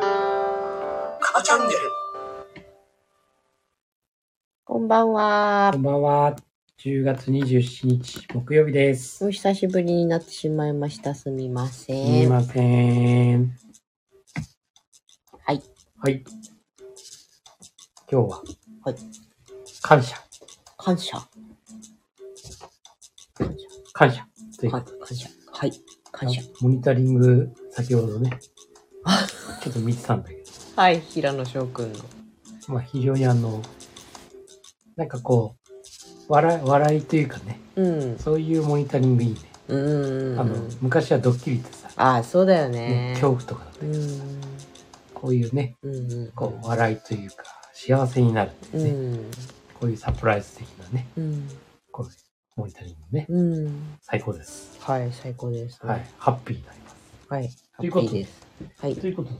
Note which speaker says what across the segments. Speaker 1: カバチャンネル。
Speaker 2: こんばんは
Speaker 3: こ。んばんは。10月27日、木曜日です。
Speaker 2: お久しぶりになってしまいました。すみます
Speaker 3: み
Speaker 2: せん。
Speaker 3: ません。
Speaker 2: はい。
Speaker 3: はい。今日は、
Speaker 2: はい。
Speaker 3: 感謝、
Speaker 2: 感謝。感謝。
Speaker 3: 感謝。という
Speaker 2: はい
Speaker 3: こ、
Speaker 2: 感謝。はい、感謝。
Speaker 3: とモニタリング、先ほど ね、ちょっと見てたんだけど、
Speaker 2: はい、平野翔くんの。
Speaker 3: まあ非常にあの、なんかこう、笑い、笑いというかね、
Speaker 2: うん。
Speaker 3: そういうモニタリングいいね。
Speaker 2: うんうん
Speaker 3: あ
Speaker 2: う
Speaker 3: の
Speaker 2: ん。、
Speaker 3: 昔はドッキリってさ、
Speaker 2: ああ、そうだよ
Speaker 3: ね
Speaker 2: ね。
Speaker 3: 恐怖とかだった
Speaker 2: う
Speaker 3: けど、
Speaker 2: ん。
Speaker 3: こういうね、
Speaker 2: うんうん。
Speaker 3: こう、笑いというか、幸せになるって
Speaker 2: う
Speaker 3: いうね、
Speaker 2: ん。
Speaker 3: こういうサプライズ的なね、
Speaker 2: うん。
Speaker 3: こうモニタリングね、
Speaker 2: うん。
Speaker 3: 最高です。
Speaker 2: はい、最高です。
Speaker 3: はい。。ハッピーになります。
Speaker 2: はい。ハ
Speaker 3: というこ
Speaker 2: ッピー
Speaker 3: とで
Speaker 2: です。はい。
Speaker 3: ということで。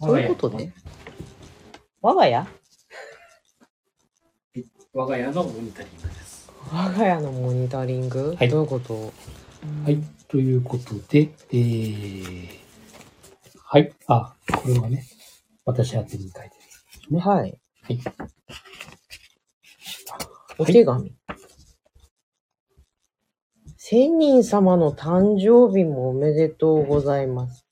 Speaker 2: そういうことで。我が家
Speaker 3: 我が家のモニタリングです。
Speaker 2: 我が家のモニタリング
Speaker 3: はい
Speaker 2: どういうこと
Speaker 3: はい。ということで、えー、はい。あ、これはね、私宛てに書いてる。
Speaker 2: はい。
Speaker 3: はい。
Speaker 2: お手紙。千人様の誕生日もおめでとうございます。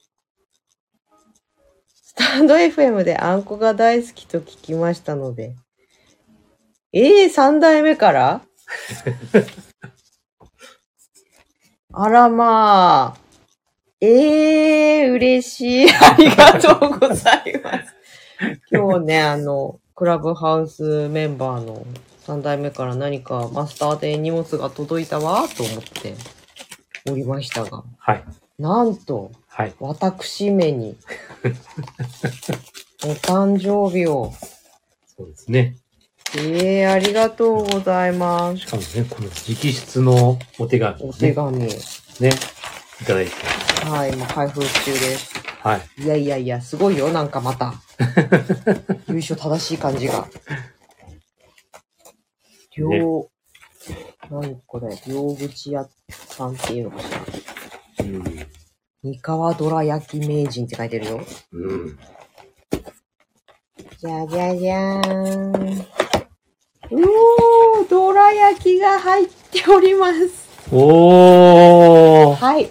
Speaker 2: スタンド FM であんこが大好きと聞きましたので。ええー、三代目から あらまあ。ええー、嬉しい。ありがとうございます。今日ね、あの、クラブハウスメンバーの3代目から何かマスターで荷物が届いたわと思っておりましたが、
Speaker 3: はい。
Speaker 2: なんと、
Speaker 3: はい。
Speaker 2: 私めに、お誕生日を、
Speaker 3: そうですね。
Speaker 2: ええありがとうございます
Speaker 3: し。かもね、この直筆のお手紙、ね。
Speaker 2: お手紙。
Speaker 3: ね。いただいて。
Speaker 2: はい、今開封中です。
Speaker 3: はい。
Speaker 2: いやいやいや、すごいよ、なんかま た。優勝正しい感じが。両、何これ、両口屋さんっていうのかな。
Speaker 3: うん。
Speaker 2: 三河どら焼き名人って書いてるよ。
Speaker 3: うん。
Speaker 2: じゃじゃじゃーん。うおー、どら焼きが入っております。
Speaker 3: おー
Speaker 2: はい、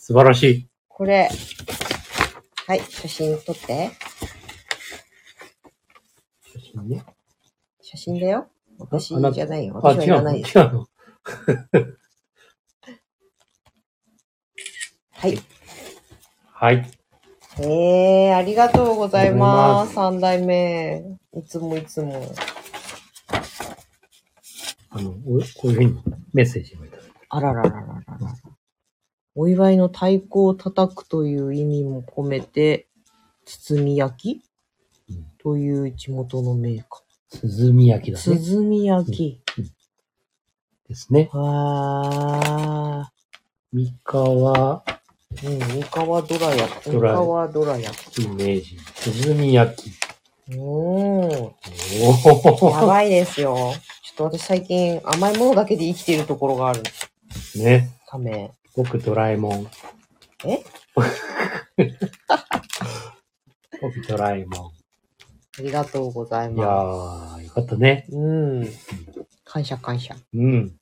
Speaker 3: 素晴らしい。
Speaker 2: これ。はい、写真撮って。
Speaker 3: 写真ね。
Speaker 2: 写真だよ。私
Speaker 3: あなた
Speaker 2: じゃないよ。
Speaker 3: あ、
Speaker 2: 私はい
Speaker 3: 違
Speaker 2: ら
Speaker 3: う
Speaker 2: な
Speaker 3: の
Speaker 2: い
Speaker 3: 違う
Speaker 2: です。
Speaker 3: の。
Speaker 2: はい。
Speaker 3: はい。
Speaker 2: ええありがとうございま。
Speaker 3: ありがとうございますす
Speaker 2: 三代目。いつもいつも。
Speaker 3: あの、おこういうふうにメッセージもいただいて。
Speaker 2: あらららららら。お祝いの太鼓を叩くという意味も込めて、包み焼き
Speaker 3: うん
Speaker 2: という地元の名家。
Speaker 3: 鈴見焼きだね。
Speaker 2: 包み焼き。
Speaker 3: ですね。
Speaker 2: わ
Speaker 3: 三河
Speaker 2: ー。うん、三河どら焼き。三
Speaker 3: どら焼き
Speaker 2: 河どら焼き。
Speaker 3: 名人、鈴見焼き。
Speaker 2: うーん。
Speaker 3: お
Speaker 2: や
Speaker 3: お
Speaker 2: ばいですよ。ちょっと私最近甘いものだけで生きているところがある
Speaker 3: ね。
Speaker 2: ため。
Speaker 3: 僕ドラえもん。
Speaker 2: え
Speaker 3: 僕ドラえも
Speaker 2: ありがとうござい
Speaker 3: ん。いや
Speaker 2: ま
Speaker 3: ー、よかったね。
Speaker 2: す。うん。感謝感謝。
Speaker 3: うん。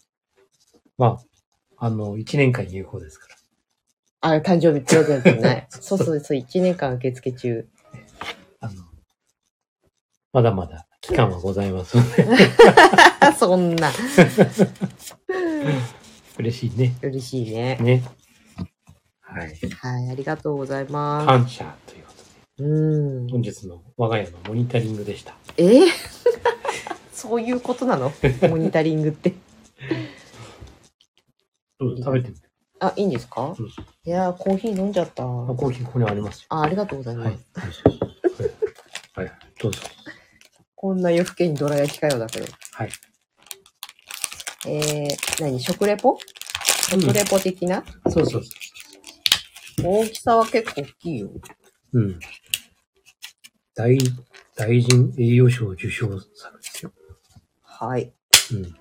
Speaker 3: まあ、あの、一年間有効ですから。
Speaker 2: あ、誕生日プレゼント ね。そうそうそう、1年間受付中。
Speaker 3: あの、まだまだ期間はございますので、
Speaker 2: あ、 そんな。
Speaker 3: 嬉しいね。
Speaker 2: 嬉しいね。
Speaker 3: ね。はい。
Speaker 2: はい、ありがとうございま
Speaker 3: 感謝ということで、
Speaker 2: す。うん。
Speaker 3: 本日の我が家のモニタリングでした。
Speaker 2: え そういうことなのモニタリングって。
Speaker 3: どうぞ食べてみて。
Speaker 2: あ、いいんですか
Speaker 3: どうぞ
Speaker 2: いやー、コーヒー飲んじゃった。
Speaker 3: あコーヒーここにありますよ。
Speaker 2: あ、ありがとうござい
Speaker 3: は
Speaker 2: ま
Speaker 3: い
Speaker 2: す。。
Speaker 3: はい。はいどうぞ。
Speaker 2: こんな夜更けにドラ焼きかよだけど。
Speaker 3: はい。
Speaker 2: えー、何食レポ
Speaker 3: うん
Speaker 2: 食レポ的な、
Speaker 3: そうそうそ
Speaker 2: 大きさは結構大きいよ。
Speaker 3: う。うん。大、大臣栄誉賞を受賞されるんですよ。
Speaker 2: はい。
Speaker 3: うん。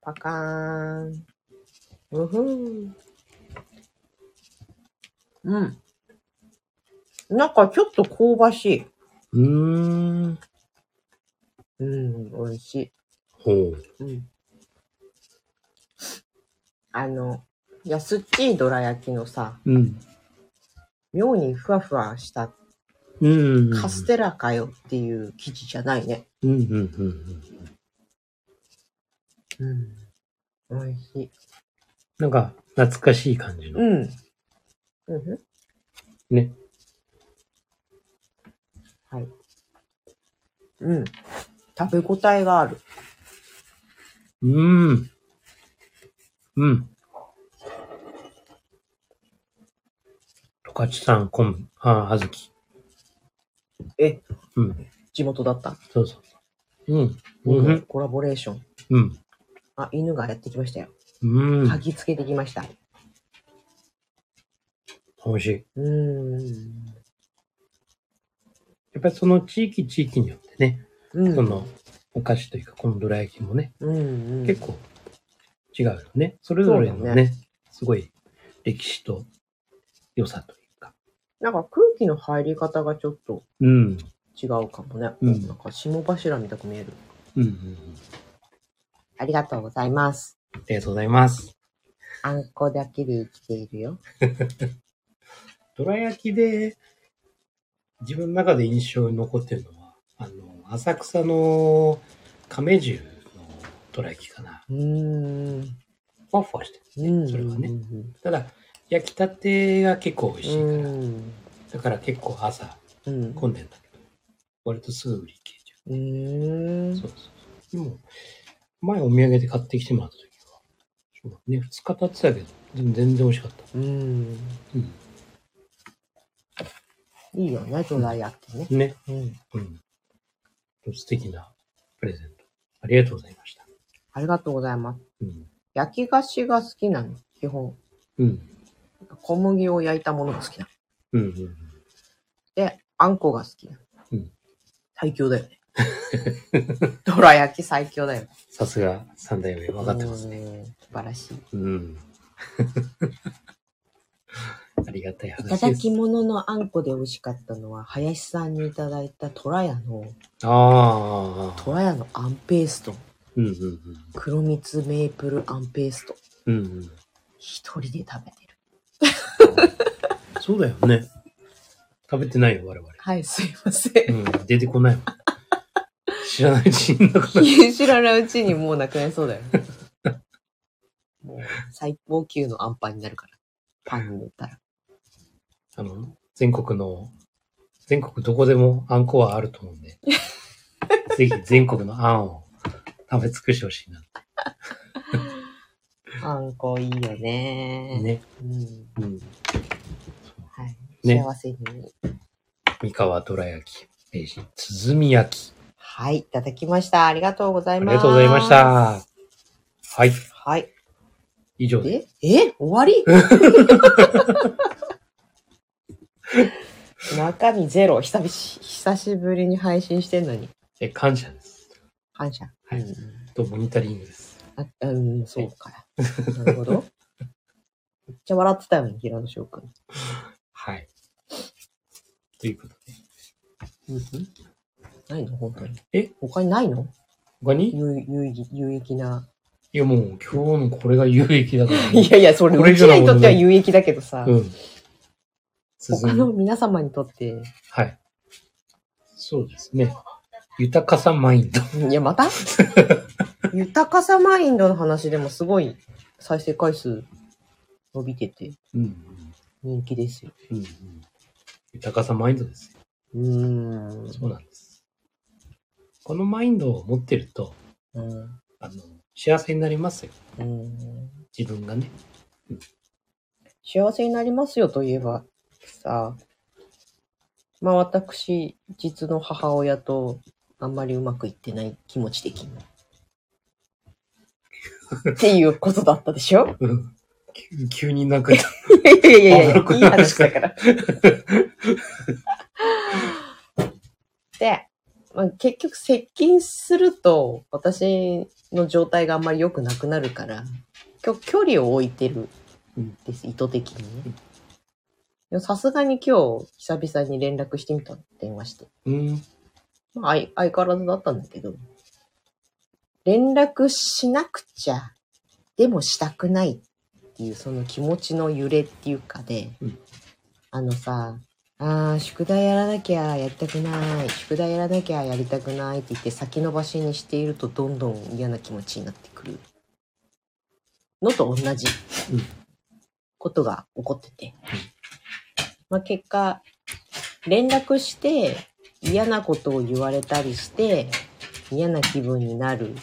Speaker 2: パカーン。うふん。うん。なんかちょっと香ばしい。
Speaker 3: うーん。
Speaker 2: うん、美味しい。
Speaker 3: ほう。
Speaker 2: うん。あの、安っちいどら焼きのさ、
Speaker 3: うん。
Speaker 2: 妙にふわふわした
Speaker 3: うん。
Speaker 2: カステラかよっていう生地じゃないね。
Speaker 3: うんうんうんうん。
Speaker 2: うん。美味しい。
Speaker 3: なんか、懐かしい感じの。
Speaker 2: うん。うんふん。
Speaker 3: ね。
Speaker 2: はい。うん。食べ応えがある。
Speaker 3: うーん。うん。十勝産昆布、ああ、小豆。
Speaker 2: え、
Speaker 3: うん。
Speaker 2: 地元だった。
Speaker 3: そうそう。うん。うん。
Speaker 2: コラボレーション。
Speaker 3: うん。
Speaker 2: あ、犬がやってきましたよ。
Speaker 3: うん。
Speaker 2: 嗅ぎつけてきました。
Speaker 3: 美味しい。
Speaker 2: うーん。
Speaker 3: やっぱりその地域地域によってね、
Speaker 2: うん。
Speaker 3: そのお菓子というか、このどら焼きもね、
Speaker 2: うん、うん。
Speaker 3: 結構違うよね。それぞれの
Speaker 2: そうだ
Speaker 3: ね、
Speaker 2: ね
Speaker 3: すごい歴史と良さというか。
Speaker 2: なんか空気の入り方がちょっと
Speaker 3: うん。
Speaker 2: 違うかもね。
Speaker 3: うん
Speaker 2: なんか霜柱みたく見える。
Speaker 3: うん、うんうん。
Speaker 2: ありがとうございます。
Speaker 3: ありがとうございます。
Speaker 2: あんこだけで生きているよ。
Speaker 3: どら焼きで、自分の中で印象に残ってるのは、あの、浅草の亀十のどら焼きかな。
Speaker 2: うーん。
Speaker 3: ふわふわしてる。
Speaker 2: うん。
Speaker 3: それはね
Speaker 2: うん。
Speaker 3: ただ、焼きたてが結構美味しいから、
Speaker 2: うん。
Speaker 3: だから結構朝
Speaker 2: うん。
Speaker 3: 混んでんだけど、割とすぐ売り切れちゃ
Speaker 2: うー
Speaker 3: う。
Speaker 2: ん
Speaker 3: そうそうそう。でも、前お土産で買ってきてもらった時は、そうだね、2日経ってたけど、でも全然美味しかった。
Speaker 2: うん。
Speaker 3: う
Speaker 2: いいよね、ドラ焼きね。
Speaker 3: ん。ね。
Speaker 2: うん。
Speaker 3: うん。素敵なプレゼント。ありがとうございました。
Speaker 2: ありがとうございます。
Speaker 3: うん。
Speaker 2: 焼き菓子が好きなの、基本。
Speaker 3: うん。
Speaker 2: 小麦を焼いたものが好きなの。
Speaker 3: うんうん
Speaker 2: で、あんこが好きなの。
Speaker 3: うん
Speaker 2: 最強だよね。 ドラ焼き最強だよ。
Speaker 3: さすが三代目、分かってますね。
Speaker 2: ね。素晴らしい。
Speaker 3: うん。 ありがたい話
Speaker 2: い
Speaker 3: で
Speaker 2: た
Speaker 3: す。
Speaker 2: だき物のあんこで美味しかったのは、林さんにいただいたトラヤの、
Speaker 3: ああ。
Speaker 2: トラヤのあんペースト。
Speaker 3: うんうん
Speaker 2: 黒蜜メープルあんペースト。
Speaker 3: うん。うんうん。
Speaker 2: 一人で食べてる。
Speaker 3: そうだよね。食べてないよ、我々。
Speaker 2: はい、すいませ。
Speaker 3: うんん、出てこないもん。知らないうちになくなる。
Speaker 2: 知らないうちにもうなくなりそうだよ ね。もう最高級のあんパンになるから。パンに塗ったら。
Speaker 3: あの、全国の、全国どこでもあんこはあると思うん で、ぜひ全国のあんを食べ尽くしてほしいな。
Speaker 2: あんこいいよね。
Speaker 3: ね。
Speaker 2: うん。
Speaker 3: うん。
Speaker 2: はい。
Speaker 3: ね
Speaker 2: 幸せに。
Speaker 3: 三河どら焼き、えー、鼓焼き。
Speaker 2: はい、いただきました。ありがとうござい
Speaker 3: あり
Speaker 2: ます。
Speaker 3: がとうございまし。た。はい、
Speaker 2: はい。
Speaker 3: 以上で。
Speaker 2: ええ終わり 中身ゼロ久々し久しぶりに配信してんのに
Speaker 3: え、感謝です。
Speaker 2: 感謝、
Speaker 3: はい
Speaker 2: うん
Speaker 3: と、モニタリングです。
Speaker 2: あうんそうかなるほ どめっちゃ笑ってたよね平野翔くん
Speaker 3: はい。ということ
Speaker 2: ないの本当に
Speaker 3: え
Speaker 2: 他にないの
Speaker 3: で。他に
Speaker 2: 有有益有益ない
Speaker 3: や、もう今日のこれが有益だから、
Speaker 2: いやいやそれ
Speaker 3: これ
Speaker 2: う
Speaker 3: 以
Speaker 2: ち
Speaker 3: 上
Speaker 2: ら
Speaker 3: の
Speaker 2: に
Speaker 3: もの
Speaker 2: とっては有益だけどさ、
Speaker 3: うん。
Speaker 2: 他
Speaker 3: 鼓
Speaker 2: の皆様にとって
Speaker 3: はい。そうですね。豊かさマインド。
Speaker 2: いや、また豊かさマインドの話でもすごい再生回数伸びてて
Speaker 3: うん。
Speaker 2: 人気ですよ。
Speaker 3: うんうん。豊かさマインドですよ。
Speaker 2: うーん。
Speaker 3: そうなんです。このマインドを持ってると、
Speaker 2: うん。
Speaker 3: あの、幸せになりますよ。
Speaker 2: うん、
Speaker 3: 自分がね。
Speaker 2: 幸せになりますよといえばさ、まあ私、実の母親とあんまりうまくいってない気持ち的に。っていうことだったでしょ
Speaker 3: うん。急急になんか、
Speaker 2: いやいやいやいや、
Speaker 3: 驚く
Speaker 2: いい話だから。で、まあ、結局接近すると私の状態があんまり良くなくなるから、きょ距離を置いてるんです、意図的にね。でもさすがに今日久々に連絡してみたの電話して。
Speaker 3: うん。
Speaker 2: まあ、相相変わらずだったんだけど、連絡しなくちゃ、でもしたくないっていう、その気持ちの揺れっていうかで、
Speaker 3: うん
Speaker 2: あのさ、ああ、宿題やらなきゃやりたくない、宿題やらなきゃやりたくないって言って先延ばしにしているとどんどん嫌な気持ちになってくるのと同じ
Speaker 3: うん
Speaker 2: ことが起こってて。まあ結果、連絡して、嫌なことを言われたりして嫌な気分になる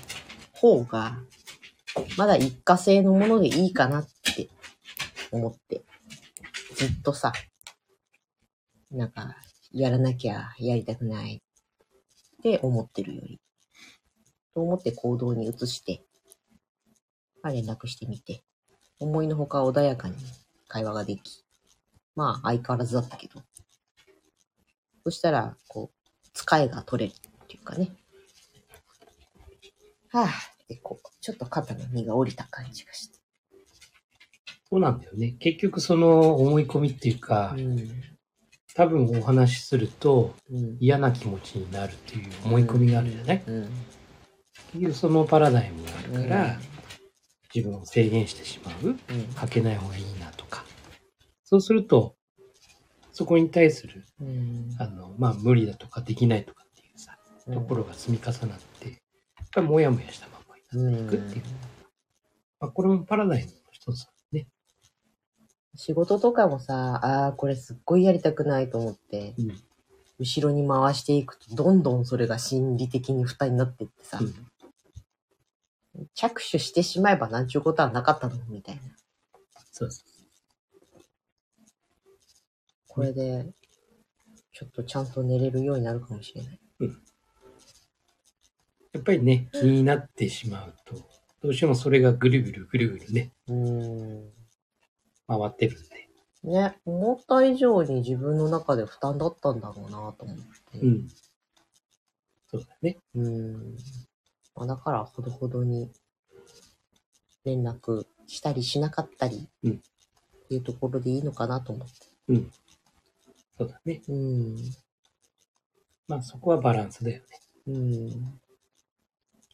Speaker 2: 方がまだ一過性のものでいいかなって思ってずっとさなんかやらなきゃやりたくないって思ってるよりと思って行動に移して、まあ、連絡してみて思いのほか穏やかに会話ができまあ相変わらずだったけどそしたら、こう、使いが取れるっていうかね。はぁ、で、こう、ちょっと肩の荷が下りた感じがして。
Speaker 3: そうなんだよね。結局その思い込みっていうか、
Speaker 2: うん。
Speaker 3: 多分お話しすると
Speaker 2: うん。
Speaker 3: 嫌な気持ちになるっていう思い込みがあるじゃない、っ
Speaker 2: うん。
Speaker 3: ていうそのパラダイムがあるから、
Speaker 2: うん
Speaker 3: 自分を制限してしまう。
Speaker 2: うん。
Speaker 3: かけない方がいいなとか。そうすると、そこに対する、
Speaker 2: うん。
Speaker 3: あの、まあ無理だとかできないとかっていうさ、ところが積み重なって、やっぱりもやもやしたままになる。
Speaker 2: うん
Speaker 3: くっていうまあこれもパラダイムの一つだね。
Speaker 2: 仕事とかもさ、ああ、これすっごいやりたくないと思って、
Speaker 3: うん
Speaker 2: 後ろに回していくと、どんどんそれが心理的に負担になってってさ、
Speaker 3: うん
Speaker 2: 着手してしまえばなんちゅうことはなかったのみたいな。
Speaker 3: そうそう
Speaker 2: これで、ちょっとちゃんと寝れるようになるかもしれない。
Speaker 3: やっぱりね、気になってしまうと、どうしてもそれがぐるぐるぐるぐるね、
Speaker 2: うーん。
Speaker 3: 回ってるんで。
Speaker 2: ね、思った以上に自分の中で負担だったんだろうなと思って。
Speaker 3: うん。そうだね。
Speaker 2: うーん。まあ、だから、ほどほどに連絡したりしなかったり、
Speaker 3: うん
Speaker 2: っていうところでいいのかなと思って。
Speaker 3: うん。そうだね。
Speaker 2: うん。
Speaker 3: まあそこはバランスだよね。
Speaker 2: うん。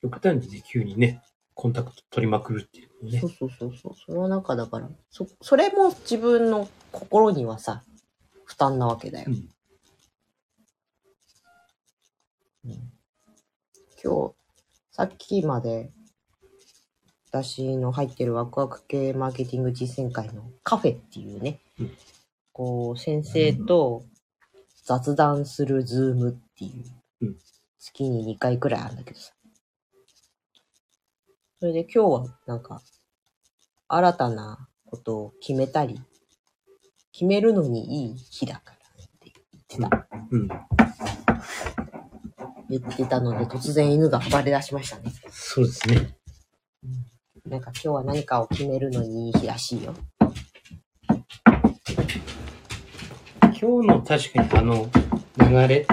Speaker 3: 極端にね、急にね、コンタクト取りまくるっていうのもね
Speaker 2: そう。そうそうそう。それはなんかだから、そ、それも自分の心にはさ、負担なわけだよ。
Speaker 3: うん。
Speaker 2: 今日、さっきまで、私の入ってるワクワク系マーケティング実践会のカフェっていうね、
Speaker 3: うん、
Speaker 2: こう、先生と雑談するズームっていううん月に2回くらいあるんだけどさ。それで今日はなんか、新たなことを決めたり、決めるのにいい日だからって言ってた。
Speaker 3: うん。
Speaker 2: 言ってたので、突然犬が暴れ出しましたね。
Speaker 3: そうですね。
Speaker 2: なんか今日は何かを決めるのにいい日らしいよ。
Speaker 3: 今日の確かにあの流れ、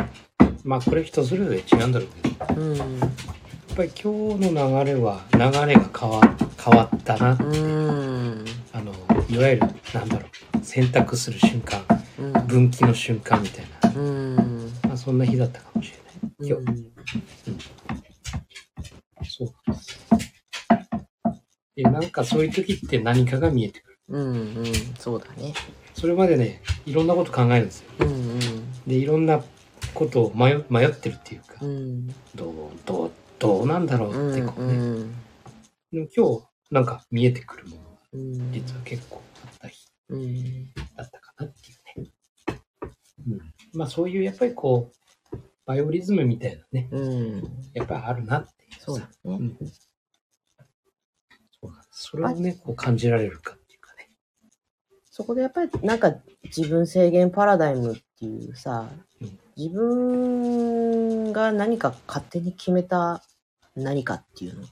Speaker 3: まあこれ人それぞれ違うんだろうけど、や
Speaker 2: うん。
Speaker 3: っぱり今日の流れは、流れが変わ変わったな。
Speaker 2: うん。
Speaker 3: あの、いわゆる、なんだろう、選択する瞬間、分岐の瞬間みたいな、
Speaker 2: うん。
Speaker 3: まあそんな日だったかもしれない。今
Speaker 2: 日。
Speaker 3: 日、そうなんです。で、なんかそういう時って何かが見えてくる。
Speaker 2: うんうん。そうだね。
Speaker 3: それまでね、いろんなこと考えるんですよ。
Speaker 2: うん
Speaker 3: で、いろんなことを迷迷ってるっていうか
Speaker 2: う、ん。
Speaker 3: どう、どう、どうなんだろ
Speaker 2: う
Speaker 3: うって
Speaker 2: ん
Speaker 3: こうね。でも今日なんか見えてくるものが
Speaker 2: うん。
Speaker 3: 実は結構あった日
Speaker 2: うん。
Speaker 3: だったかなっていうね。うん、まあそういうやっぱりこうバイオリズムみたいなね
Speaker 2: うん。
Speaker 3: やっぱりあるなっていう
Speaker 2: そうだ
Speaker 3: さ
Speaker 2: ね。
Speaker 3: そうなんですそれをねこう感じられるかっていうかね。
Speaker 2: そこでやっぱりなんか自分制限パラダイムっていうさ
Speaker 3: うん、
Speaker 2: 自分が何か勝手に決めた何かっていうのが、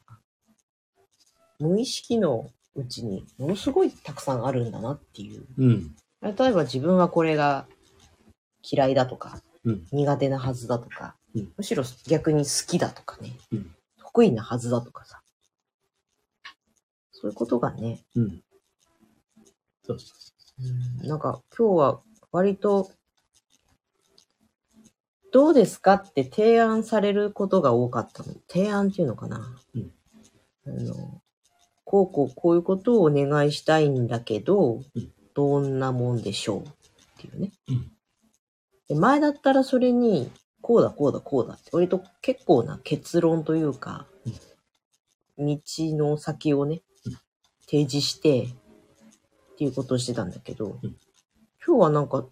Speaker 2: 無意識のうちにものすごいたくさんあるんだなっていう。
Speaker 3: うん
Speaker 2: 例えば自分はこれが嫌いだとか、
Speaker 3: うん
Speaker 2: 苦手なはずだとか、
Speaker 3: うん
Speaker 2: むしろ逆に好きだとかね、
Speaker 3: うん
Speaker 2: 得意なはずだとかさ。そういうことがね、
Speaker 3: うん。そうそうそ
Speaker 2: うんなんか今日は割と、どうですかって提案されることが多かったの。提案っていうのかな。
Speaker 3: うん
Speaker 2: あのこうこうこういうことをお願いしたいんだけど、
Speaker 3: うん
Speaker 2: どんなもんでしょうっていうね。
Speaker 3: うん
Speaker 2: で前だったらそれに、こうだこうだこうだって、割と結構な結論というか、道の先をね
Speaker 3: うん、
Speaker 2: 提示して、っていうことをしてたんだけど、
Speaker 3: うん
Speaker 2: 今日はなんか、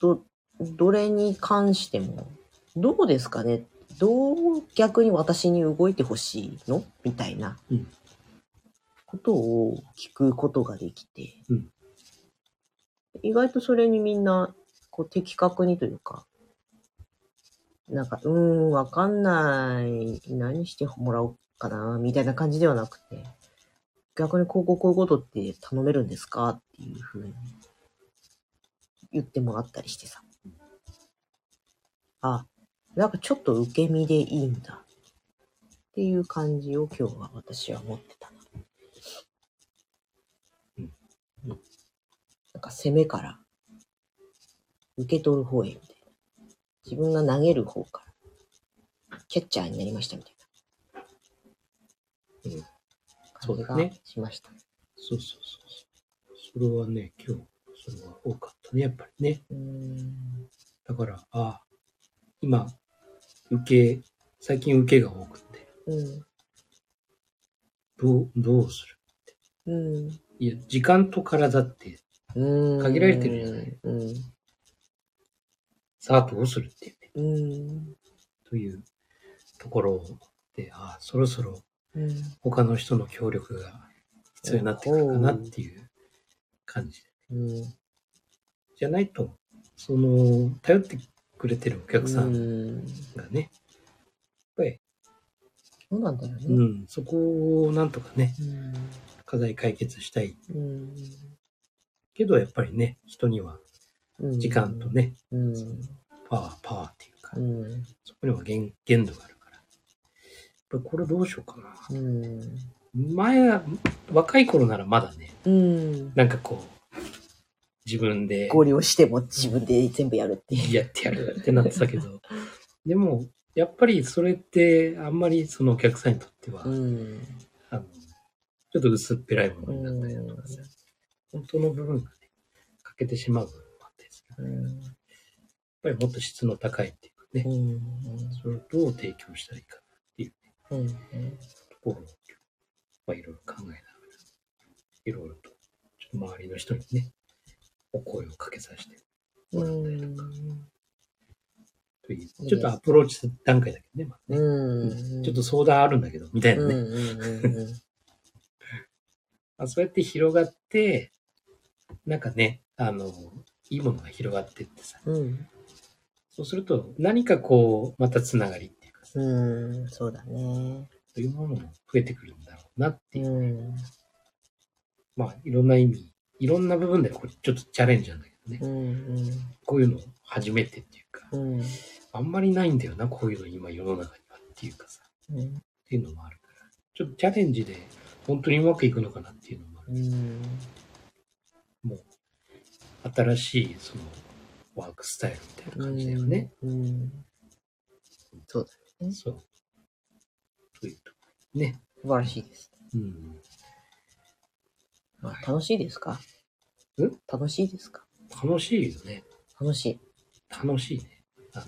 Speaker 2: ど、どれに関しても、どうですかねどう逆に私に動いてほしいのみたいな
Speaker 3: うん
Speaker 2: ことを聞くことができて、
Speaker 3: うん
Speaker 2: 意外とそれにみんなこう的確にというか、なんか、うーん、わかんない、何してもらおうかな、みたいな感じではなくて、逆にこうこうこういうことって頼めるんですかっていうふうに言ってもらったりしてさ。あ、なんかちょっと受け身でいいんだ。っていう感じを今日は私は持ってたな。
Speaker 3: うん
Speaker 2: うんなんか攻めから受け取る方へみたいな。自分が投げる方からキャッチャーになりましたみたいな。
Speaker 3: うん
Speaker 2: 感じ
Speaker 3: そうだ
Speaker 2: が
Speaker 3: ね
Speaker 2: しました。
Speaker 3: うそうそうそう。それはね、今日、それは多かったね、やっぱりね。
Speaker 2: うーん
Speaker 3: だから、あ今、受け、最近受けが多くて、
Speaker 2: うん。
Speaker 3: どう、どうする
Speaker 2: うん。
Speaker 3: いや、時間と体って、
Speaker 2: うん
Speaker 3: 限られてるじゃない。
Speaker 2: うん。
Speaker 3: さあどうするっていうね、
Speaker 2: うん。
Speaker 3: というところで、あそろそろ
Speaker 2: うん。
Speaker 3: 他の人の協力が必要になってくるかなっていう感じ。
Speaker 2: うん。
Speaker 3: じゃないと、その、頼ってくれてるお客さ
Speaker 2: うんん。
Speaker 3: がね、やっぱり、
Speaker 2: そうなんだよね。
Speaker 3: うん、そこをなんとかね、課題解決したい
Speaker 2: うん。
Speaker 3: けど、やっぱりね、人には
Speaker 2: うん。
Speaker 3: 時間と。ね、
Speaker 2: うん。
Speaker 3: パワー、パワーっていうか
Speaker 2: う、ん。
Speaker 3: そこには限限度があるから。やっぱりこれどうしようかな。
Speaker 2: うん。
Speaker 3: 前は、若い頃ならまだね、
Speaker 2: うん。
Speaker 3: なんかこう、自分で
Speaker 2: 合理をしても自分で全部やるっていう。
Speaker 3: やってやるってなってたけど、でも、やっぱりそれって、あんまりそのお客さんにとっては、
Speaker 2: うん。
Speaker 3: あの、ちょっと薄っぺらいも
Speaker 2: う
Speaker 3: のになったり
Speaker 2: ん
Speaker 3: とかさ、本当の部分がね、欠けてしまう部分もあったりする。
Speaker 2: うん。
Speaker 3: やっぱりもっと質の高いっていうかね、
Speaker 2: うん。
Speaker 3: それをどう提供したらいいか
Speaker 2: うん。
Speaker 3: ところを、まあ、いろいろ考えながら、いろいろと、ちょっと周りの人にね、お声をかけさせてもらったりとか、という、ちょっとアプローチ段階だけどね、まあね
Speaker 2: うん。
Speaker 3: ちょっと相談あるんだけど、みたいな
Speaker 2: うん。
Speaker 3: ね。
Speaker 2: うん。
Speaker 3: まあ、そうやって広がって、なんかね、あの、いいものが広がってってさ、
Speaker 2: うん。
Speaker 3: そうすると何かこう、またつながりっていうかさ、
Speaker 2: うん。そうだね。
Speaker 3: そういうものも増えてくるんだろうなっていうう、
Speaker 2: ん。
Speaker 3: まあ、いろんな意味、いろんな部分でこれちょっとチャレンジなんだけどね、
Speaker 2: うん。
Speaker 3: こういうのを初めてっていうか、
Speaker 2: うん。
Speaker 3: あんまりないんだよな、こういうの今世の中にはっていうかさ、
Speaker 2: うん。
Speaker 3: っていうのもあるから、ちょっとチャレンジで本当にうまくいくのかなっていうのもある。
Speaker 2: うん。
Speaker 3: もう、新しいそのワークスタイルみたいな感じだよね。
Speaker 2: うん。そうだ。うん
Speaker 3: そう。というとこね。
Speaker 2: 素晴らしいです。
Speaker 3: うん。
Speaker 2: まあ楽しいですか
Speaker 3: ん
Speaker 2: 楽しいですか
Speaker 3: 楽しいよね。
Speaker 2: 楽し
Speaker 3: 楽しいね。あの、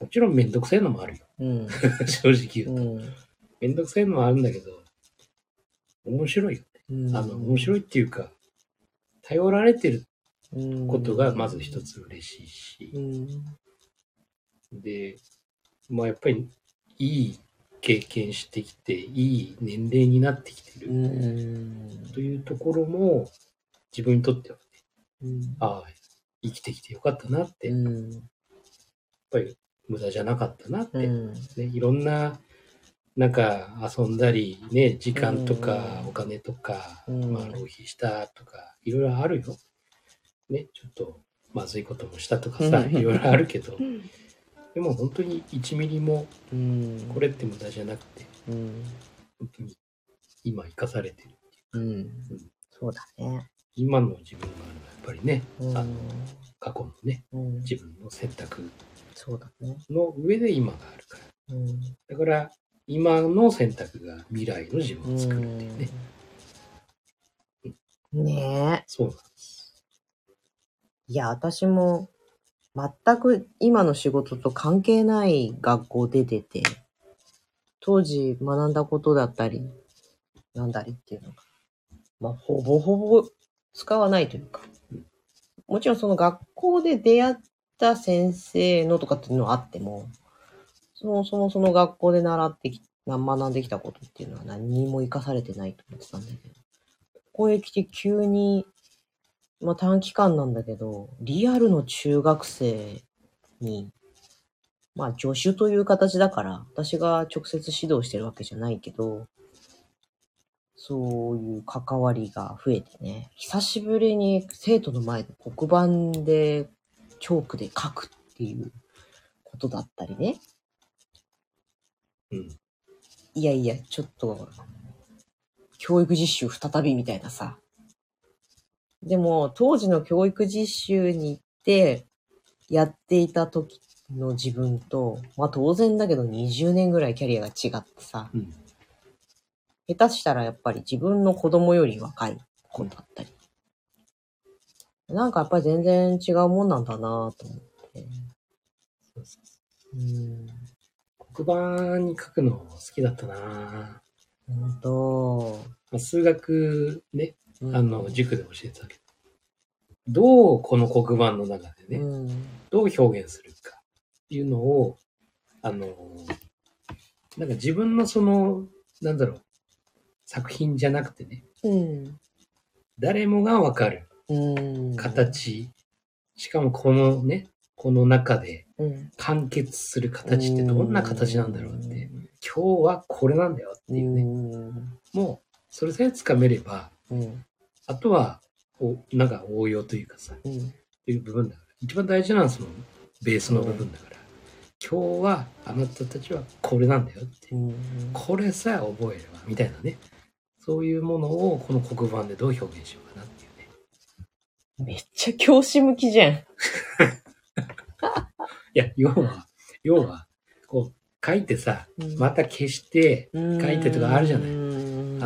Speaker 3: もちろんめんどくさいのもあるよ。
Speaker 2: い。うん。
Speaker 3: 正直言うと。
Speaker 2: うん。
Speaker 3: めんどくさいのもあるんだけど、面白いよね。
Speaker 2: うん
Speaker 3: あの、面白いっていうか、頼られてる
Speaker 2: うん
Speaker 3: ことがまず一。つ嬉しいし
Speaker 2: う、ん。
Speaker 3: で、まあやっぱりいい経験してきて、いい年齢になってきて
Speaker 2: う
Speaker 3: る
Speaker 2: ん。
Speaker 3: というところも、自分にとってはね、
Speaker 2: うん。
Speaker 3: ああ、生きてきてよかったなって、
Speaker 2: う
Speaker 3: やっ
Speaker 2: ん。
Speaker 3: ぱり無駄じゃなかったなって、
Speaker 2: う
Speaker 3: ね、
Speaker 2: ん。
Speaker 3: いろんな、なんか遊んだり、ね、時間とか
Speaker 2: うん
Speaker 3: お金とか、
Speaker 2: うん
Speaker 3: まあ浪費したとか、いろいろあるよ。ね、ちょっとまずいこともしたとかさ、
Speaker 2: うん
Speaker 3: いろいろあるけど、でも本当に1ミリも
Speaker 2: うん。
Speaker 3: これって無駄じゃなくて、
Speaker 2: うん。
Speaker 3: 本当に今生かされてる。
Speaker 2: うん。そうだね。
Speaker 3: 今の自分があるのはやっぱりね、
Speaker 2: うん
Speaker 3: あの過去のね、
Speaker 2: うん。
Speaker 3: 自分の選択
Speaker 2: そうだね。
Speaker 3: の上で今があるから。
Speaker 2: うん。
Speaker 3: だから、今の選択が未来の自分を作るっていうね。
Speaker 2: うんねえ。
Speaker 3: そうなんです。
Speaker 2: いや、私も、全く今の仕事と関係ない学校出てて、当時学んだことだったり、なんだりっていうのが、まあ、ほぼほぼ使わないというか、もちろんその学校で出会った先生のとかっていうのはあっても、そもそもその学校で習ってき、学んできたことっていうのは何にも活かされてないと思ってたんだけど、ここへ来て急にまあ、短期間なんだけど、リアルの中学生に、まあ、助手という形だから、私が直接指導してるわけじゃないけど、そういう関わりが増えてね、久しぶりに生徒の前で黒板で、チョークで書くっていうことだったりね。
Speaker 3: うん。
Speaker 2: いやいや、ちょっと、教育実習再びみたいなさ。でも、当時の教育実習に行って、やっていた時の自分と、まあ当然だけど20年ぐらいキャリアが違ってさ、
Speaker 3: うん。
Speaker 2: 下手したらやっぱり自分の子供より若い子だったり。なんかやっぱり全然違うもんなんだなぁと思って。
Speaker 3: そうそうそ
Speaker 2: うん。
Speaker 3: う黒板に書くの好きだったな
Speaker 2: ほんと。
Speaker 3: まあ数学ね、
Speaker 2: うん
Speaker 3: あの、塾で教えてたけど、どうこの黒板の中でね、
Speaker 2: うん。
Speaker 3: どう表現するかっていうのを、あの、なんか自分のその、なんだろう、作品じゃなくてね、
Speaker 2: うん。
Speaker 3: 誰もがわかる
Speaker 2: うん。
Speaker 3: 形、しかもこのね、この中で
Speaker 2: うん。
Speaker 3: 完結する形ってどんな形なんだろうって、今日はこれなんだよっていうね、
Speaker 2: うん
Speaker 3: もうそれさえつかめれば、
Speaker 2: うん
Speaker 3: あとは、おなんか応用というかさ、
Speaker 2: うん
Speaker 3: という部分だから一番大事なのはそのベースの部分だから、今日はあなたたちはこれなんだよって、
Speaker 2: うん
Speaker 3: これさえ覚えればみたいなねそういうものをこの黒板でどう表現しようかなっていうね
Speaker 2: めっちゃ教師向きじゃん。
Speaker 3: いや要は要はこう書いてさまた消して
Speaker 2: 書
Speaker 3: 書いてとかあるじゃないあ
Speaker 2: い。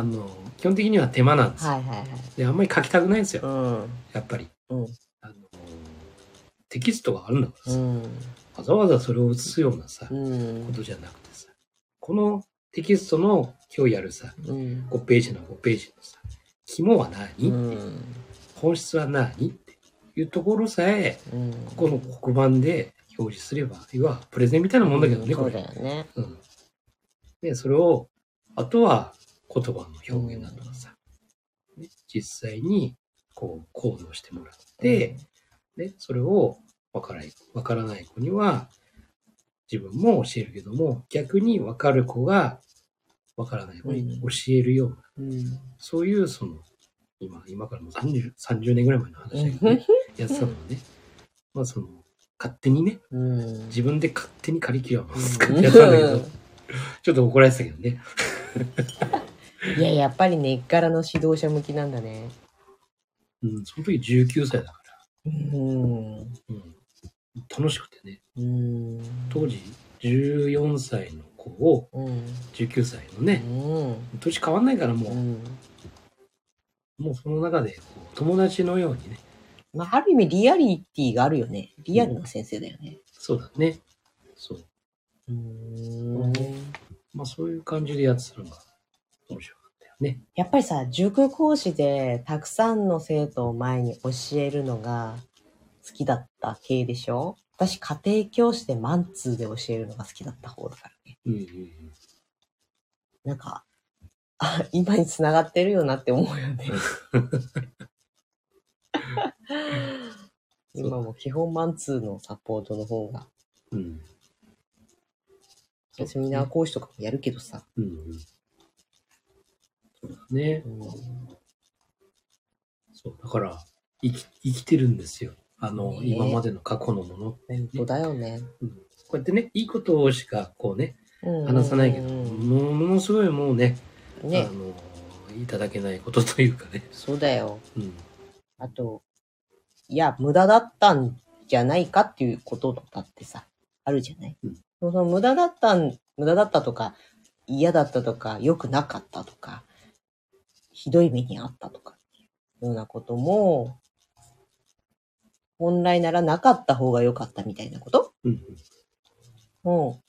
Speaker 3: の基本的には手間なんですよ、
Speaker 2: はいはいはい。
Speaker 3: であんまり書きたくないんです
Speaker 2: う
Speaker 3: よ
Speaker 2: ん
Speaker 3: やっぱり、
Speaker 2: うん
Speaker 3: あのテキストがあるんだから
Speaker 2: う
Speaker 3: さ、
Speaker 2: ん
Speaker 3: わざわざそれを写すようなさ、
Speaker 2: うん
Speaker 3: ことじゃなくてさ、このテキストの今日やるさ、
Speaker 2: うん
Speaker 3: 5ページの5ページのさ、肝は何、
Speaker 2: うん
Speaker 3: 本質は何っていうところさえ、
Speaker 2: うん
Speaker 3: ここの黒板で表示すれば、要はプレゼンみたいなもんだけどね、
Speaker 2: そ
Speaker 3: こ
Speaker 2: うだ
Speaker 3: れ。
Speaker 2: よね。
Speaker 3: うん。で、それを、あとは言葉の表現だとかさ、ね、実際にこう行動してもらって、で、それを分からない、分からない子には、自分も教えるけども、逆に分かる子が分からない子に教えるような、
Speaker 2: うん、
Speaker 3: そういうその、今、今からもう 30, 30年ぐらい前の話だけど、ね、やってたのはね、まあその、勝手にね、
Speaker 2: うん。
Speaker 3: 自分で勝手にカリキュラムを作ってやったんだけど、ちょっと怒られてたけどね。
Speaker 2: いや、やっぱり根っからの指導者向きなんだね。
Speaker 3: うん、その時19歳だか
Speaker 2: うん。
Speaker 3: ら、うん、楽しくてね、
Speaker 2: うん。
Speaker 3: 当時14歳の子を
Speaker 2: うん。
Speaker 3: 19歳のね、
Speaker 2: うん。
Speaker 3: 年変わんないからもう、
Speaker 2: うん。
Speaker 3: もうその中でこう友達のようにね、
Speaker 2: まあ、ある意味リアリティがあるよね。リアルな先生だよね。
Speaker 3: そうだね。そう。
Speaker 2: うん。
Speaker 3: まあそういう感じでやってたのが面白かったよね。
Speaker 2: やっぱりさ、塾講師でたくさんの生徒を前に教えるのが好きだった系でしょ私、家庭教師でマンツーで教えるのが好きだった方だからね。
Speaker 3: うんうんうん。
Speaker 2: なんか、あ、今に繋がってるよなって思うよ ね。今も基本マンツーのサポートの方が、
Speaker 3: うん。
Speaker 2: セミナー講師とかもやるけどさ。
Speaker 3: うんうん。そうだね。
Speaker 2: うん
Speaker 3: そう。だから、生き、生きてるんですよ。あの、
Speaker 2: ねえ
Speaker 3: 今までの過去のもの、
Speaker 2: 本当だよね。
Speaker 3: うんこうやってね、いいことしかこうね、
Speaker 2: うん
Speaker 3: 話さないけど、
Speaker 2: うん
Speaker 3: もものすごいもうね、
Speaker 2: ね
Speaker 3: あ、の、いただけないことというかね、
Speaker 2: そうだよ。
Speaker 3: うん、
Speaker 2: あと、いや、無駄だったんじゃないかっていうことだってさ、あるじゃない、
Speaker 3: うん
Speaker 2: その無駄だったん、無駄だったとか、嫌だったとか、良くなかったとか、ひどい目にあったとか、ようなことも、本来ならなかった方が良かったみたいなこと
Speaker 3: うん、うん
Speaker 2: も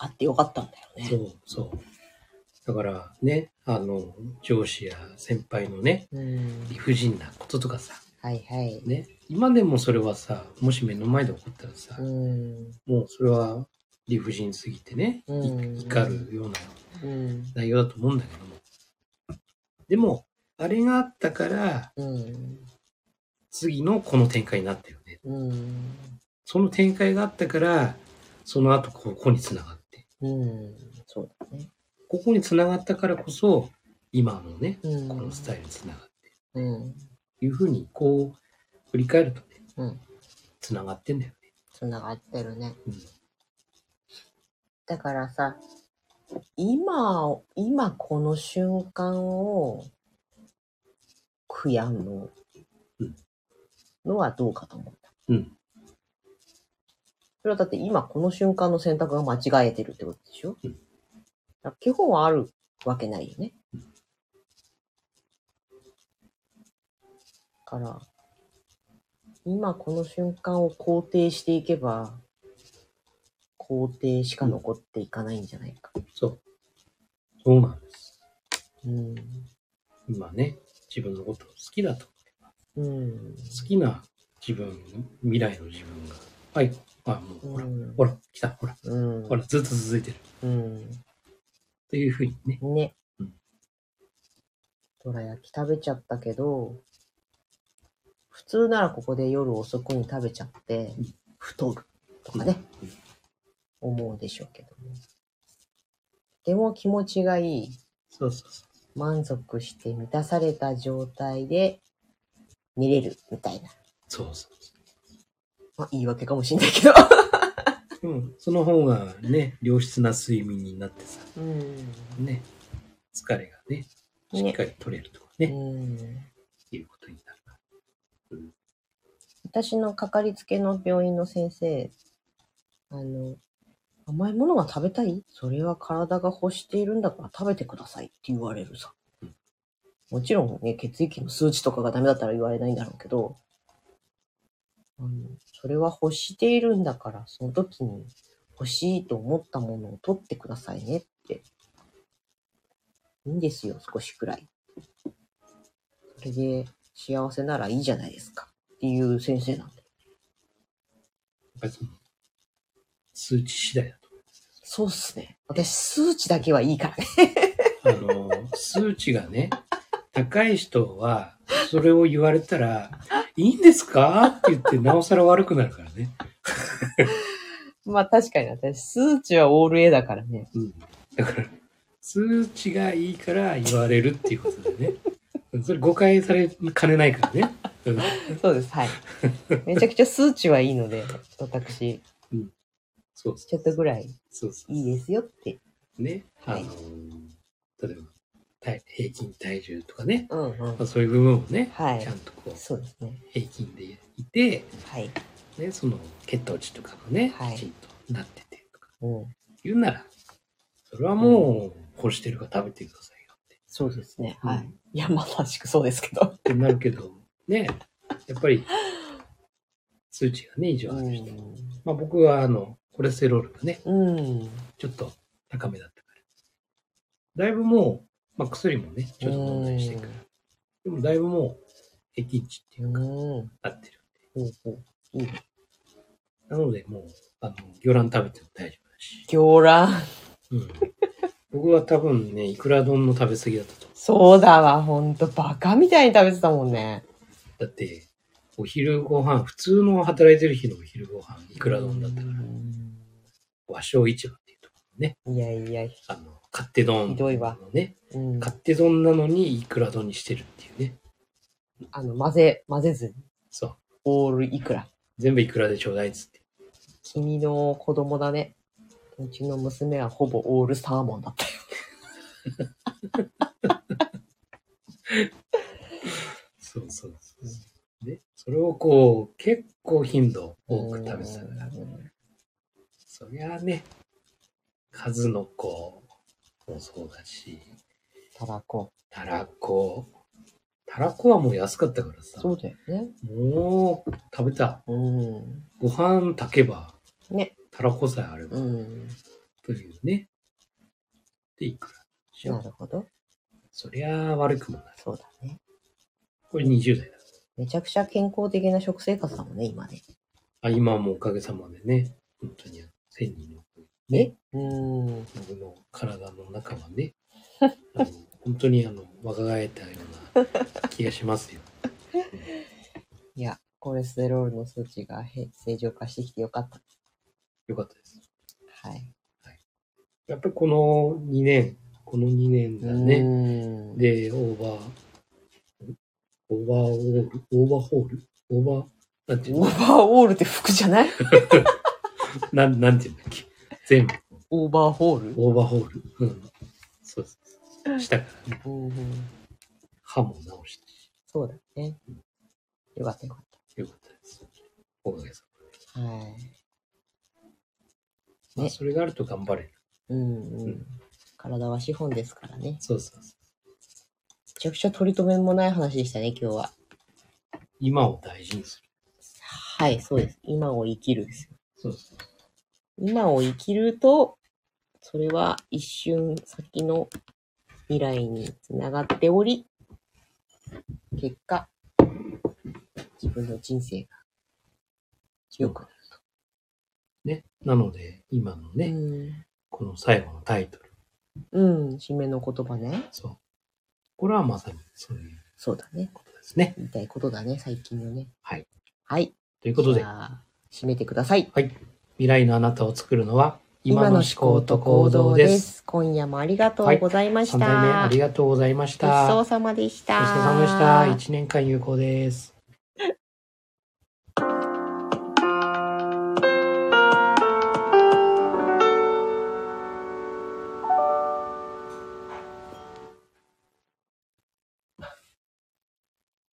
Speaker 2: あって良かったんだよね。
Speaker 3: そう、そう。だからね、あの、上司や先輩のね、
Speaker 2: うん。
Speaker 3: 理不尽なこととかさ、
Speaker 2: はいはい。
Speaker 3: ね、今でもそれはさ、もし目の前で起こったらさ、
Speaker 2: うん。
Speaker 3: もうそれは理不尽すぎてね、い
Speaker 2: うん
Speaker 3: 怒るような
Speaker 2: うん。
Speaker 3: 内容だと思うんだけども。でも、あれがあったから、
Speaker 2: うん。
Speaker 3: 次のこの展開になったよね。
Speaker 2: うん。
Speaker 3: その展開があったから、その後ここに繋がって。
Speaker 2: うん。そうだね。
Speaker 3: ここに繋がったからこそ、今のね、
Speaker 2: うん
Speaker 3: このスタイルに繋がって。
Speaker 2: うん。
Speaker 3: いうふうに、こう、振り返るとね、
Speaker 2: うん。
Speaker 3: 繋がってんだよね。
Speaker 2: つながってるね。
Speaker 3: うん
Speaker 2: だからさ、今を、今この瞬間を悔やむ
Speaker 3: うん
Speaker 2: のはどうかと思った。
Speaker 3: うん。
Speaker 2: それはだって今この瞬間の選択が間違えてるってことでしょ
Speaker 3: うん
Speaker 2: だから基本はあるわけないよね。
Speaker 3: うん
Speaker 2: だから、今この瞬間を肯定していけば、肯定しか残っていかないんじゃないか。
Speaker 3: そう。そうなんです。
Speaker 2: うん。
Speaker 3: 今ね、自分のことを好きだと。
Speaker 2: うん。
Speaker 3: 好きな自分、未来の自分が。はい。あ、もう、ほら、
Speaker 2: うん
Speaker 3: ほら、来た、ほら、
Speaker 2: うん。
Speaker 3: ほら、ずっと続いてる。
Speaker 2: うん。
Speaker 3: というふうにね。
Speaker 2: ね
Speaker 3: うん。
Speaker 2: どら焼き食べちゃったけど、普通ならここで夜遅くに食べちゃって
Speaker 3: うん、
Speaker 2: 太るとかね、
Speaker 3: うん。
Speaker 2: 思うでしょうけども。でも気持ちがいい、
Speaker 3: そうそうそ
Speaker 2: 満足して満たされた状態で寝れるみたいな。
Speaker 3: う。そうそうそ
Speaker 2: まあ言い訳かもしんないけど。
Speaker 3: う。でも、その方がね、良質な睡眠になってさ、
Speaker 2: うん。
Speaker 3: ね、疲れがね、しっかり取れるとかね、
Speaker 2: うん。
Speaker 3: いうことになるから。
Speaker 2: 私のかかりつけの病院の先生、あの、甘いものが食べたいそれは体が欲しているんだから食べてくださいって言われるさ
Speaker 3: うん。
Speaker 2: もちろんね、血液の数値とかがダメだったら言われないんだろうけど、あのそれは欲しているんだから、その時に欲しいと思ったものを取ってくださいねって。いいんですよ、少しくらい。それで幸せならいいじゃないですか。っていう先生なんで。
Speaker 3: やっぱりその、数値次第だと。
Speaker 2: そうっすね。私、数値だけはいいからね。
Speaker 3: あ の、数値がね、高い人は、それを言われたら、いいんですかって言って、なおさら悪くなるからね。
Speaker 2: まあ確かに私、数値はオール A だからね。
Speaker 3: うん。だから、数値がいいから言われるっていうことだよね。うんそれ誤解されかねないからね。うん
Speaker 2: そうです、はい。めちゃくちゃ数値はいいので、私、
Speaker 3: そうそう
Speaker 2: ちょっとぐらい
Speaker 3: そうそ
Speaker 2: いいですよって。
Speaker 3: う。ね。あの、
Speaker 2: はい
Speaker 3: 例えば体、平均体重とかね。
Speaker 2: うんうん
Speaker 3: まあ、。そういう部分をね、
Speaker 2: はい
Speaker 3: ちゃんとこう、
Speaker 2: そうですね。
Speaker 3: 平均でいて、
Speaker 2: はい。
Speaker 3: ね、その血糖値とかもね、
Speaker 2: はい
Speaker 3: きちんとなっててとか
Speaker 2: うん。
Speaker 3: 言うなら、それはもう、欲してるから食べてくださいよって
Speaker 2: そうですね。
Speaker 3: うん
Speaker 2: はい。いや、まさしくそうですけど。
Speaker 3: ってなるけど、ね、やっぱり、数値がね、異常ある人。まあ僕は、あの、コレステロールがね、
Speaker 2: うん。。
Speaker 3: ちょっと高めだったから。だいぶもう、まあ薬もね、ちょっと問題してるから。でもだいぶもう、平均値っていううんか、
Speaker 2: うん。
Speaker 3: なってる。
Speaker 2: ほうほういいね。
Speaker 3: なので、もう、あの、魚卵食べても大丈夫だし。
Speaker 2: 魚卵。
Speaker 3: うん。 僕は多分ね、いくら丼の食べ過ぎだったと思
Speaker 2: そうだわ、ほんと。バカみたいに食べてたもんね。
Speaker 3: う。だって、お昼ご飯、普通の働いてる日のお昼ご飯、いくら丼だったか
Speaker 2: う
Speaker 3: ら、
Speaker 2: ん
Speaker 3: 和尚市場っていうところね、
Speaker 2: いやいや、
Speaker 3: あの、勝手丼
Speaker 2: ひどいわ
Speaker 3: のね、
Speaker 2: うん。
Speaker 3: 勝手丼なのにいくら丼にしてるっていうね。
Speaker 2: あの、混ぜ、混ぜずに。
Speaker 3: そう。
Speaker 2: オールいくら。
Speaker 1: 全部いくらでちょうだいっつって。
Speaker 2: 君の子供だね。うちの娘はほぼオールサーモンだったよ。
Speaker 1: そうそうそう。で、それをこう、結構頻度多く食べてたから、
Speaker 2: うん
Speaker 1: そりゃあね、数の子もそうだし、
Speaker 2: たらこ。
Speaker 1: たらこ、たらこはもう安かったからさ、
Speaker 2: そうだよね。
Speaker 1: もう食べた。
Speaker 2: うん。
Speaker 1: ご飯炊けば、
Speaker 2: ね。
Speaker 1: たらこさえあれば、
Speaker 2: うん。
Speaker 1: というね。で、いくらでしょ
Speaker 2: なるほど。
Speaker 1: そりゃあ悪くもない。
Speaker 2: そうだね。
Speaker 1: これ20代だ。
Speaker 2: めちゃくちゃ健康的な食生活だもんね、今ね。
Speaker 1: あ、今はもうおかげさまでね、本当に1000人の
Speaker 2: ね。うん。
Speaker 1: 僕の体の中はね、あの本当にあの若返ったような気がしますよ。
Speaker 2: いや、コレステロールの数値がへ正常化してきてよかった。
Speaker 1: よかったです。
Speaker 2: はい。
Speaker 1: やっぱりこの2年、この2年だね。
Speaker 2: ねで、
Speaker 1: で、オーバー、んオーバーオール、オーバーホール、オーバー、なんていう
Speaker 2: オー
Speaker 1: の
Speaker 2: バーオールって服じゃない
Speaker 1: なんなんていうんだっけ全部、
Speaker 2: オーバーホール
Speaker 1: オーバーホール。うん。そうです。したからね、
Speaker 2: うん。
Speaker 1: 歯も直して。
Speaker 2: そうだね。よかったよかっ
Speaker 1: よかったです。おかげさ
Speaker 2: た。はい。
Speaker 1: まあ、
Speaker 2: ね
Speaker 1: それがあると頑張れる。
Speaker 2: うんう
Speaker 1: うんん。
Speaker 2: 体は資本ですからね。
Speaker 1: そうそうそう。
Speaker 2: めちゃくちゃ取り留めもない話でしたね、今日は。
Speaker 1: 今を大事にする。
Speaker 2: はい、そうです。今を生きるですよ。
Speaker 1: そうそう。
Speaker 2: 今を生きると、それは一瞬先の未来につながっており、結果、自分の人生が良くな
Speaker 1: ね。なので、今のね、
Speaker 2: る。
Speaker 1: この最後のタイトル。
Speaker 2: うん。うん、締めの言葉ね。
Speaker 1: そう。これはまさにそういう
Speaker 2: そうだね。
Speaker 1: ことですね。
Speaker 2: 言いたいことだね、最近のね。
Speaker 1: はい。
Speaker 2: はい。
Speaker 1: ということ
Speaker 2: じ
Speaker 1: で
Speaker 2: ゃ、あ締めてください。
Speaker 1: はい。未来のあなたを作るのは、今の思考と行動です。。
Speaker 2: 今夜もありがとうございました。
Speaker 1: 3回目ありがとうございました。
Speaker 2: ごちそう
Speaker 1: ごち
Speaker 2: さまでした。
Speaker 1: そうさまでした。1年間有効です。